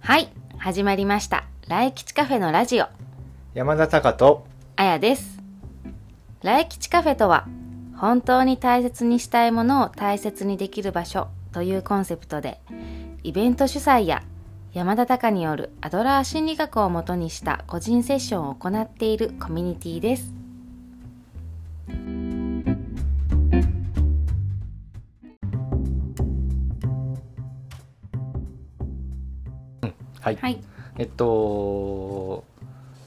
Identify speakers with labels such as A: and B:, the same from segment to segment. A: はい始まりました来吉カフェのラジオ
B: 山田隆と
A: あやです来吉カフェとは本当に大切にしたいものを大切にできる場所というコンセプトでイベント主催や山田隆によるアドラー心理学をもとにした個人セッションを行っているコミュニティです
B: はい、
A: はい
B: えっと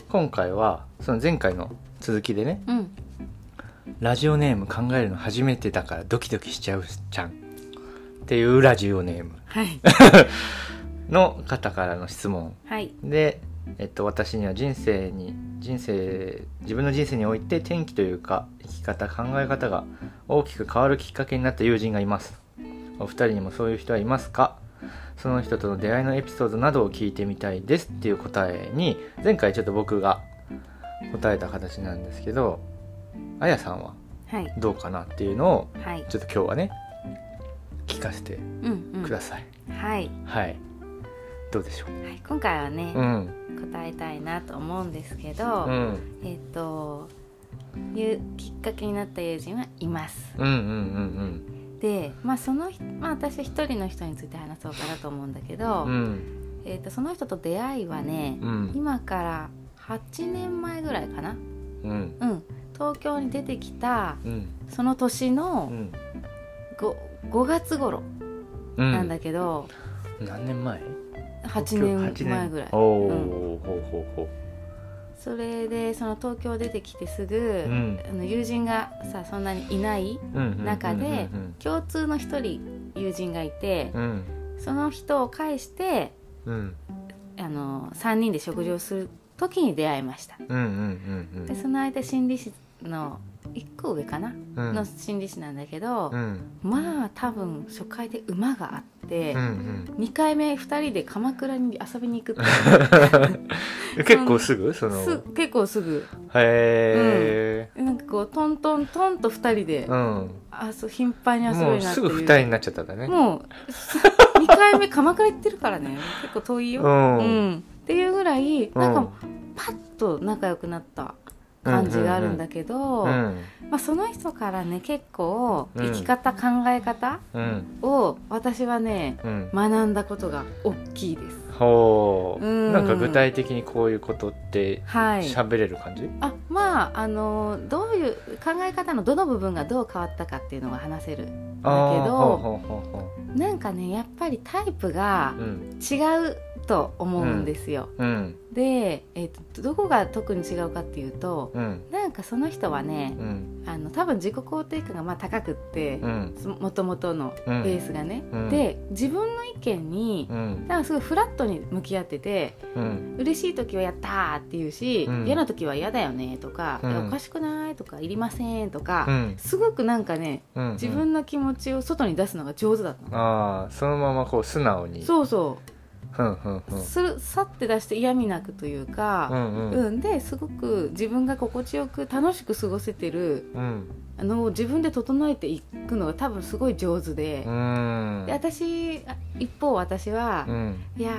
B: 今回はその前回の続きでね
A: うん
B: ラジオネーム考えるの初めてだからドキドキしちゃうちゃんっていうラジオネーム
A: はい
B: の方からの質問
A: はい
B: で、えっと、私には人生に人生自分の人生において転機というか生き方考え方が大きく変わるきっかけになった友人がいますお二人にもそういう人はいますかその人との出会いのエピソードなどを聞いてみたいですっていう答えに前回ちょっと僕が答えた形なんですけどあやさんは
A: はい
B: どうかなっていうのを
A: はい
B: ちょっと今日はね聞かせて
A: うんうん
B: ください、
A: はい、
B: はいどうでしょ
A: はい、今回はね
B: う、うん
A: 答えたいなと思うんですけ
B: う
A: ど、
B: ん
A: えっ、というきっかけになった友人はいます
B: うんうんうんうん
A: で、まあ、その人まあ私一人の人について話そうかなと思うんだけど、
B: うん
A: えっとその人と出会いはね、
B: うん
A: 今から8年前ぐらいかな
B: うん
A: うん東京に出てきた
B: うん
A: その年
B: う
A: の
B: ん
A: 5, 5月頃
B: うん
A: なんだけど、
B: 何年前
A: 8年前ぐらい
B: おおーほうほうほ
A: それでその東京出てきてすぐ、
B: ううん
A: あの友人がさそんなにいない
B: うん
A: 中で
B: うん
A: 共通の一人友人がいて
B: うん
A: その人を介して
B: うん
A: あの3人で食事をする時に出会いました
B: うんうん
A: でその間心理師の1個上かな
B: うんうん
A: の心理師なんだけど
B: うん
A: まあ多分初回で馬があって
B: うんうん
A: 2回目2人で鎌倉に遊びに行くっ
B: え結構すぐそ
A: て
B: の
A: す結構すぐ
B: へえ
A: なんかこうトントントンと2人で
B: うん
A: あそう頻繁に遊ぶよ
B: も
A: う
B: う
A: になって
B: すぐ
A: る
B: 二重になっちゃったんだね
A: もう2回目鎌倉行ってるからね結構遠いよ
B: うん
A: うん、っていうぐらいなん
B: うん
A: かパッと仲良くなった感じがあるんだけど、
B: うん
A: まあ、その人からね結構
B: うん
A: 生き方、考え方
B: うん
A: を私はね
B: うん
A: 学んだことが大きいです。
B: ほう
A: うん
B: なんか具体的にこういうことって
A: はい
B: 喋れる感じ
A: あまああのどういう考え方のどの部分がどう変わったかっていうのが話せる
B: あー
A: だけど
B: ほうほうほうほ
A: なんかねやっぱりタイプが
B: ううん
A: 違うと思うんですよ、
B: うん
A: で、えっとどこが特に違うかっていうと
B: うん
A: なんかその人はね
B: うん
A: あの多分自己肯定感がまあ高くって
B: う、ん
A: もともとのベ
B: うん
A: ースがね、
B: うん
A: で自分の意見に、
B: うん
A: なんかすごいフラットに向き合ってて
B: うん
A: 嬉しい時は「やった!」って言うし、
B: うん
A: 嫌な時は「嫌だよね」とか、
B: うん
A: いやおかしくない?」とか「いりません」と
B: う
A: か、
B: ん
A: すごくなんかね
B: うん
A: 自分の気持ちを外に出すのが上手だったの、
B: ああそのままこう素直に
A: そうそ
B: うんうん
A: う、するさって出して嫌味なくというか、
B: うんうん
A: うん、ですごく自分が心地よく楽しく過ごせてる
B: うん
A: あの自分で整えていくのが多分すごい上手で,、
B: うん
A: で私あ一方私は
B: う、ん
A: いや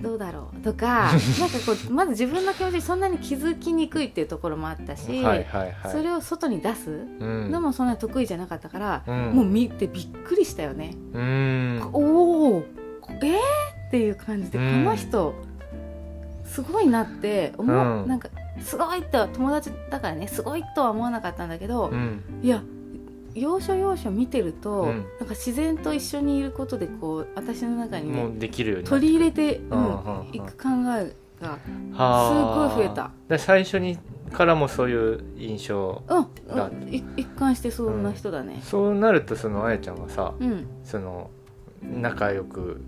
A: どうだろうとか なんかこうまず自分の気持ちにそんなに気づきにくいっていうところもあったし、
B: はいはいはい
A: それを外に出す
B: うん
A: のもそんな得意じゃなかったから、
B: うん
A: もう見てびっくりしたよね。
B: うん
A: おおえー、っていう感じで、
B: うん
A: この人すごいなって思う、
B: うん
A: なんかすごいとは友達だからねすごいとは思わなかったんだけど、
B: うん
A: いや要所要所見てると、
B: うん
A: なんか自然と一緒にいることでこう私の中に
B: も
A: ね
B: うできるようにな
A: 取り入れて、
B: ん
A: う
B: うん
A: ん、
B: うん
A: いく考えが、
B: はあ
A: すっごい増えた
B: で最初にからもそういう印象
A: うん
B: だ
A: うん、い一貫してそんな人だね。
B: そうなるとそのあやちゃんはさ
A: うん
B: その仲良く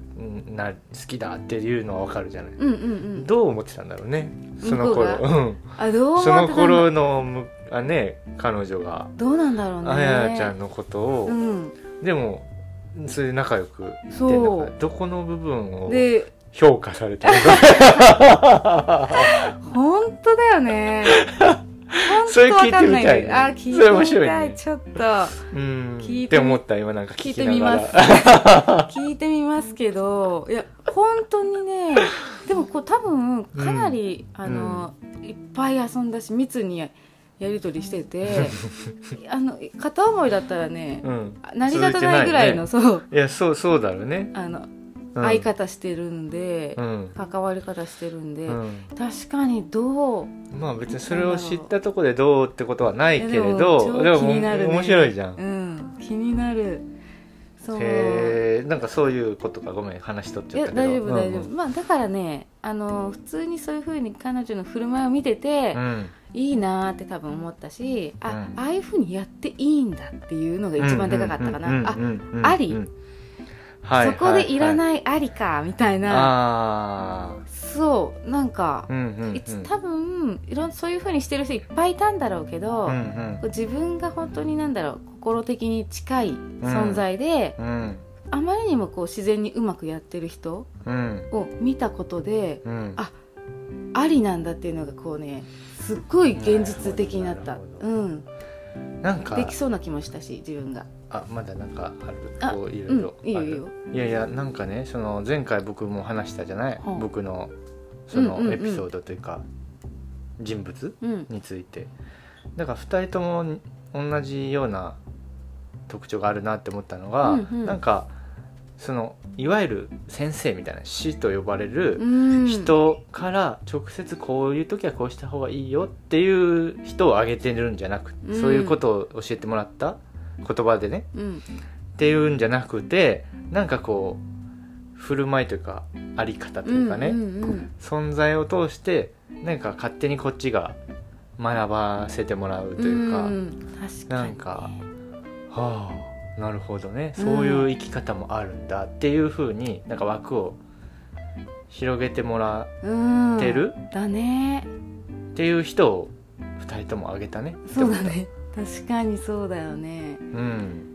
B: な好きだっていうのはわかるじゃない
A: うんうんうん、
B: どう思ってたんだろうねそ
A: 向
B: の
A: こう
B: 頃
A: が
B: うん
A: あどう思って
B: そ
A: た
B: の
A: んだ
B: 頃のむあね彼女が
A: どうなんだろうね
B: あやちゃんのことを、
A: うん、
B: でもそれで仲良くして
A: そう
B: だからどこの部分を
A: で
B: 評価され たのか
A: 本当だよ ね。本
B: それ
A: 当
B: 聞
A: わ
B: いて
A: かんない
B: み
A: け
B: たいね
A: ど。あ、聞いてみ
B: それ面白
A: た
B: い
A: い。
B: ね
A: ちょっと
B: うん
A: 聞いてみ
B: って思った今なんか
A: 聞
B: 聞
A: い
B: き
A: て
B: な
A: み
B: が
A: ま
B: ら
A: す。聞いてみますけど、いや、本当にねでもこう多分かなり、あのいっぱい遊んだし密にややり取りして てあの片思いだったらね、
B: うん
A: 成り立たないぐらいのそう
B: いやそうそうだろうね、
A: あの
B: うん
A: 相方してるんで、
B: うん、
A: 関わり方してるんで、
B: うん、
A: 確かにどう
B: まあ別にそれを知ったとこでどうってことはないけれ
A: い
B: ど
A: や
B: で
A: で
B: も
A: も超気になるね
B: 面白いじゃん、
A: うん気になるそう
B: へえんかそういうことかごめん話しとっ
A: い
B: ちゃっ
A: や
B: たけど
A: 大丈夫大丈夫、
B: うん
A: まあだからねあの普通にそういうふうに彼女の振る舞いを見てて、
B: うん
A: いいなーって多分思ったしあ、
B: うん
A: ああいうふうにやっていいんだっていうのが一番でかかったかな、
B: うんうん
A: あ
B: うんうんうん
A: あり
B: うんはい
A: そこでいら
B: い、
A: ないありかみたい
B: はい
A: な、
B: あ
A: そうなんか
B: あ、うんうんうん
A: いつ多分いろんそういうふうにしてる人いっぱいいたんだろうけど、
B: うん
A: こう自分が本当になんだろう心的に近い存在で、
B: うんうん
A: あまりにもこう自然にうまくやってる人
B: うん
A: を見たことで
B: うん
A: あありなんだっていうのがこうねすっごい現実的になった
B: なるほど
A: うん
B: なんか
A: できそうな気もしたし自分が
B: あまだなんかある
A: あ
B: こういろ
A: う
B: い
A: ん
B: ろ
A: いい
B: あ
A: よ
B: る
A: いいよ
B: いやいやなんかねその前回僕も話したじゃない、
A: うん
B: 僕のそ
A: うんうんう
B: の
A: ん
B: エピソードというか、人物
A: うん
B: についてだから2人とも同じような特徴があるなって思ったのが、
A: うんうん
B: なんかそのいわゆる先生みたいな師と呼ばれ
A: う
B: る
A: ん
B: 人から直接こういう時はこうした方がいいよっていう人を挙げてるんじゃなくて、
A: うん
B: そういうことを教えてもらった言葉でね
A: うん
B: っていうんじゃなくてなんかこう振る舞いというかあり方というかね、
A: うんうん
B: 存在を通してなんか勝手にこっちが学ばせてもらうというか、
A: んん確かにね
B: なんかはあなるほどねそういう生き方もあるんだっていうふうになんか枠を広げてもら
A: うん
B: ってる
A: だね
B: うっていう人を2人ともあげたねって
A: そう
B: 思っ
A: だ
B: た
A: ね確かにそうだよね
B: うん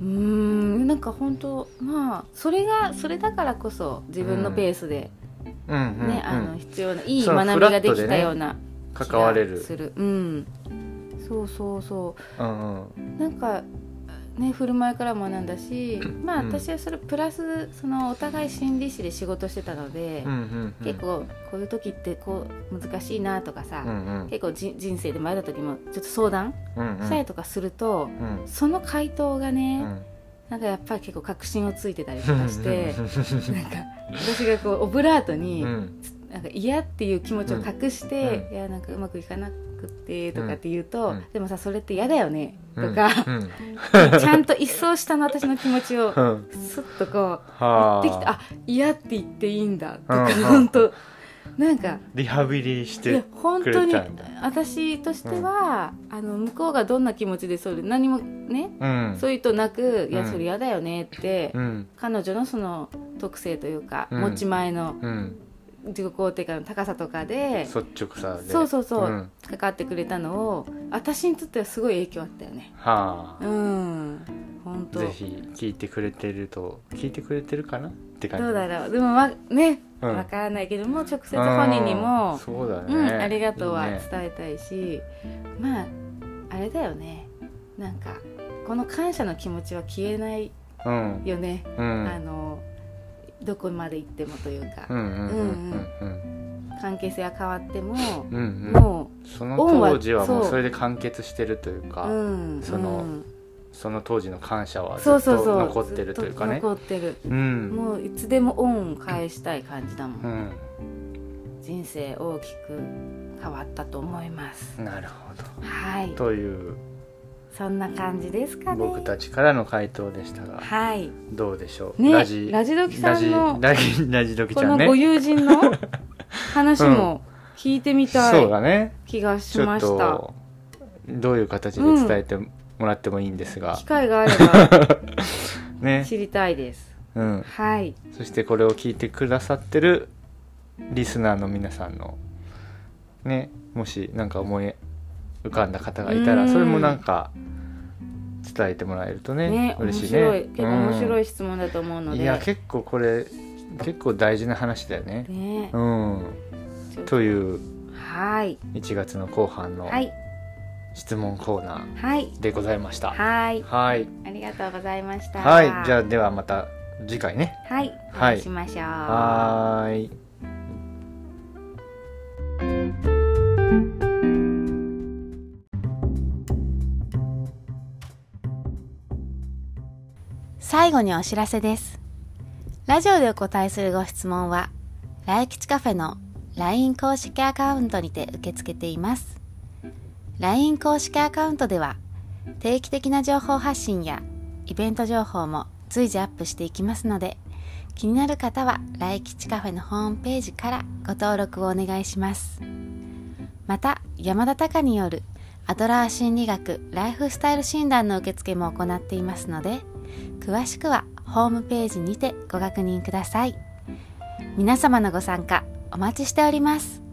A: うーんなんか本当まあそれがそれだからこそ自分のペースで
B: うんうん
A: ね、
B: うん
A: あの必要ないい
B: その
A: 学びができたような
B: 関われ
A: 気
B: る
A: がするうんそうそうそ
B: うんうん
A: うなんかね振る舞いからも学んだしまあ
B: うん
A: 私はそれプラスそのお互い心理師で仕事してたので
B: うんう、んうん
A: 結構こういう時ってこう難しいなとかさ、
B: うんうん
A: 結構じ人生で迷った時もちょっと相談
B: うんうん
A: したりとかすると、
B: うん
A: その回答が
B: う
A: ね、
B: ん
A: なんかやっぱり結構確信をついてたりとかして
B: うん
A: なんか私がこうオブラートに、
B: うん
A: なんか嫌っていう気持ちを隠して、
B: う
A: いやなんかうまくいかなくてとかって言うと、
B: うん
A: でもさそれって嫌だよねと
B: うん
A: か、
B: うん
A: ちゃんと一層下の私の気持ち を
B: うん
A: スッとこう
B: はあ
A: できてあ嫌って言っていいんだとか、
B: うん
A: 本当なんか
B: リハビリし
A: いや
B: て
A: 本
B: く
A: 当
B: れ
A: に
B: たんだ
A: 私としては、あの向こうがどんな気持ちでそれ何もね、
B: うん
A: そういうとなく「いや
B: うん
A: それ嫌だよね」って、
B: うん
A: 彼女のその特性というか、
B: うん
A: 持ち前の
B: うん
A: 自己肯定感の高さとかで
B: 率直さで
A: そうそうそう、
B: ん
A: かかってくれたのを私にとってはすごい影響あったよね
B: は
A: う
B: あ
A: ん本当
B: ぜひ聞いてくれてると聞いてくれてるかなって感じ
A: どうだろうでもわね
B: うん
A: わ、からないけども直接本人に
B: うん
A: も
B: そうだね、
A: うん、ありがとうはい
B: いね
A: 伝えたいしまああれだよねなんかこの感謝の気持ちは消えない
B: うん
A: よね、
B: うん
A: あのどこまで行ってもというか、
B: うんうんうん
A: 関係性が変わっても、
B: うんうんうん
A: も
B: その当時は
A: 恩は
B: もう
A: そう
B: それで完結してるという
A: う、
B: か、
A: うん、
B: その
A: うん
B: その当時の感謝はず
A: そ
B: っ
A: うそう
B: と
A: そう
B: 残ってるというか
A: ず
B: ね
A: っと残ってる
B: うん
A: もういつでも恩を返したい感じだもん、
B: うん
A: 人生大きく変わったと思います
B: なるほど
A: はい
B: という
A: そんな感じですかね
B: 僕たちからの回答でしたが
A: はい
B: どうでしょう、
A: ね
B: ラジ
A: ラジドキさんの
B: ラジラジラジドキち
A: こ
B: ゃん
A: の
B: ね
A: ご友人 の話も聞いてみた
B: そ
A: い
B: うだね
A: 気がし
B: ちょ
A: ま
B: っ
A: した、
B: とどういう形で伝えてもらってもいいんですが
A: 機、会があれば
B: ね、
A: 知りたい です
B: うん、
A: はい
B: そしてこれを聞いてくださってるリスナーの皆さんのねもし何か思い浮かんだ方がいた
A: う
B: ら
A: ん
B: それもなんか伝えてもらえるとね
A: ね
B: 嬉
A: 面
B: しいね
A: 白い結構面白
B: い
A: い質問だと思うので
B: いや結構これ結構大事な話だよね
A: ね
B: うん
A: ちょっと
B: という
A: はい
B: 1月の後半の
A: はい
B: 質問コーナ
A: はい
B: ーでございました
A: はい
B: はい
A: ありがとうございました
B: はい、じゃあではまた次回ね
A: はい、お
B: はい
A: 会いしましょう。
B: はーい
A: 最後にお知らせです。ラジオでお答えするご質問は、来吉カフェの LINE 公式アカウントにて受け付けています。LINE 公式アカウントでは、定期的な情報発信やイベント情報も随時アップしていきますので、気になる方は来吉カフェのホームページからご登録をお願いします。また、山田隆によるアドラー心理学ライフスタイル診断の受付も行っていますので、詳しくはホームページにてご確認ください皆様のご参加お待ちしております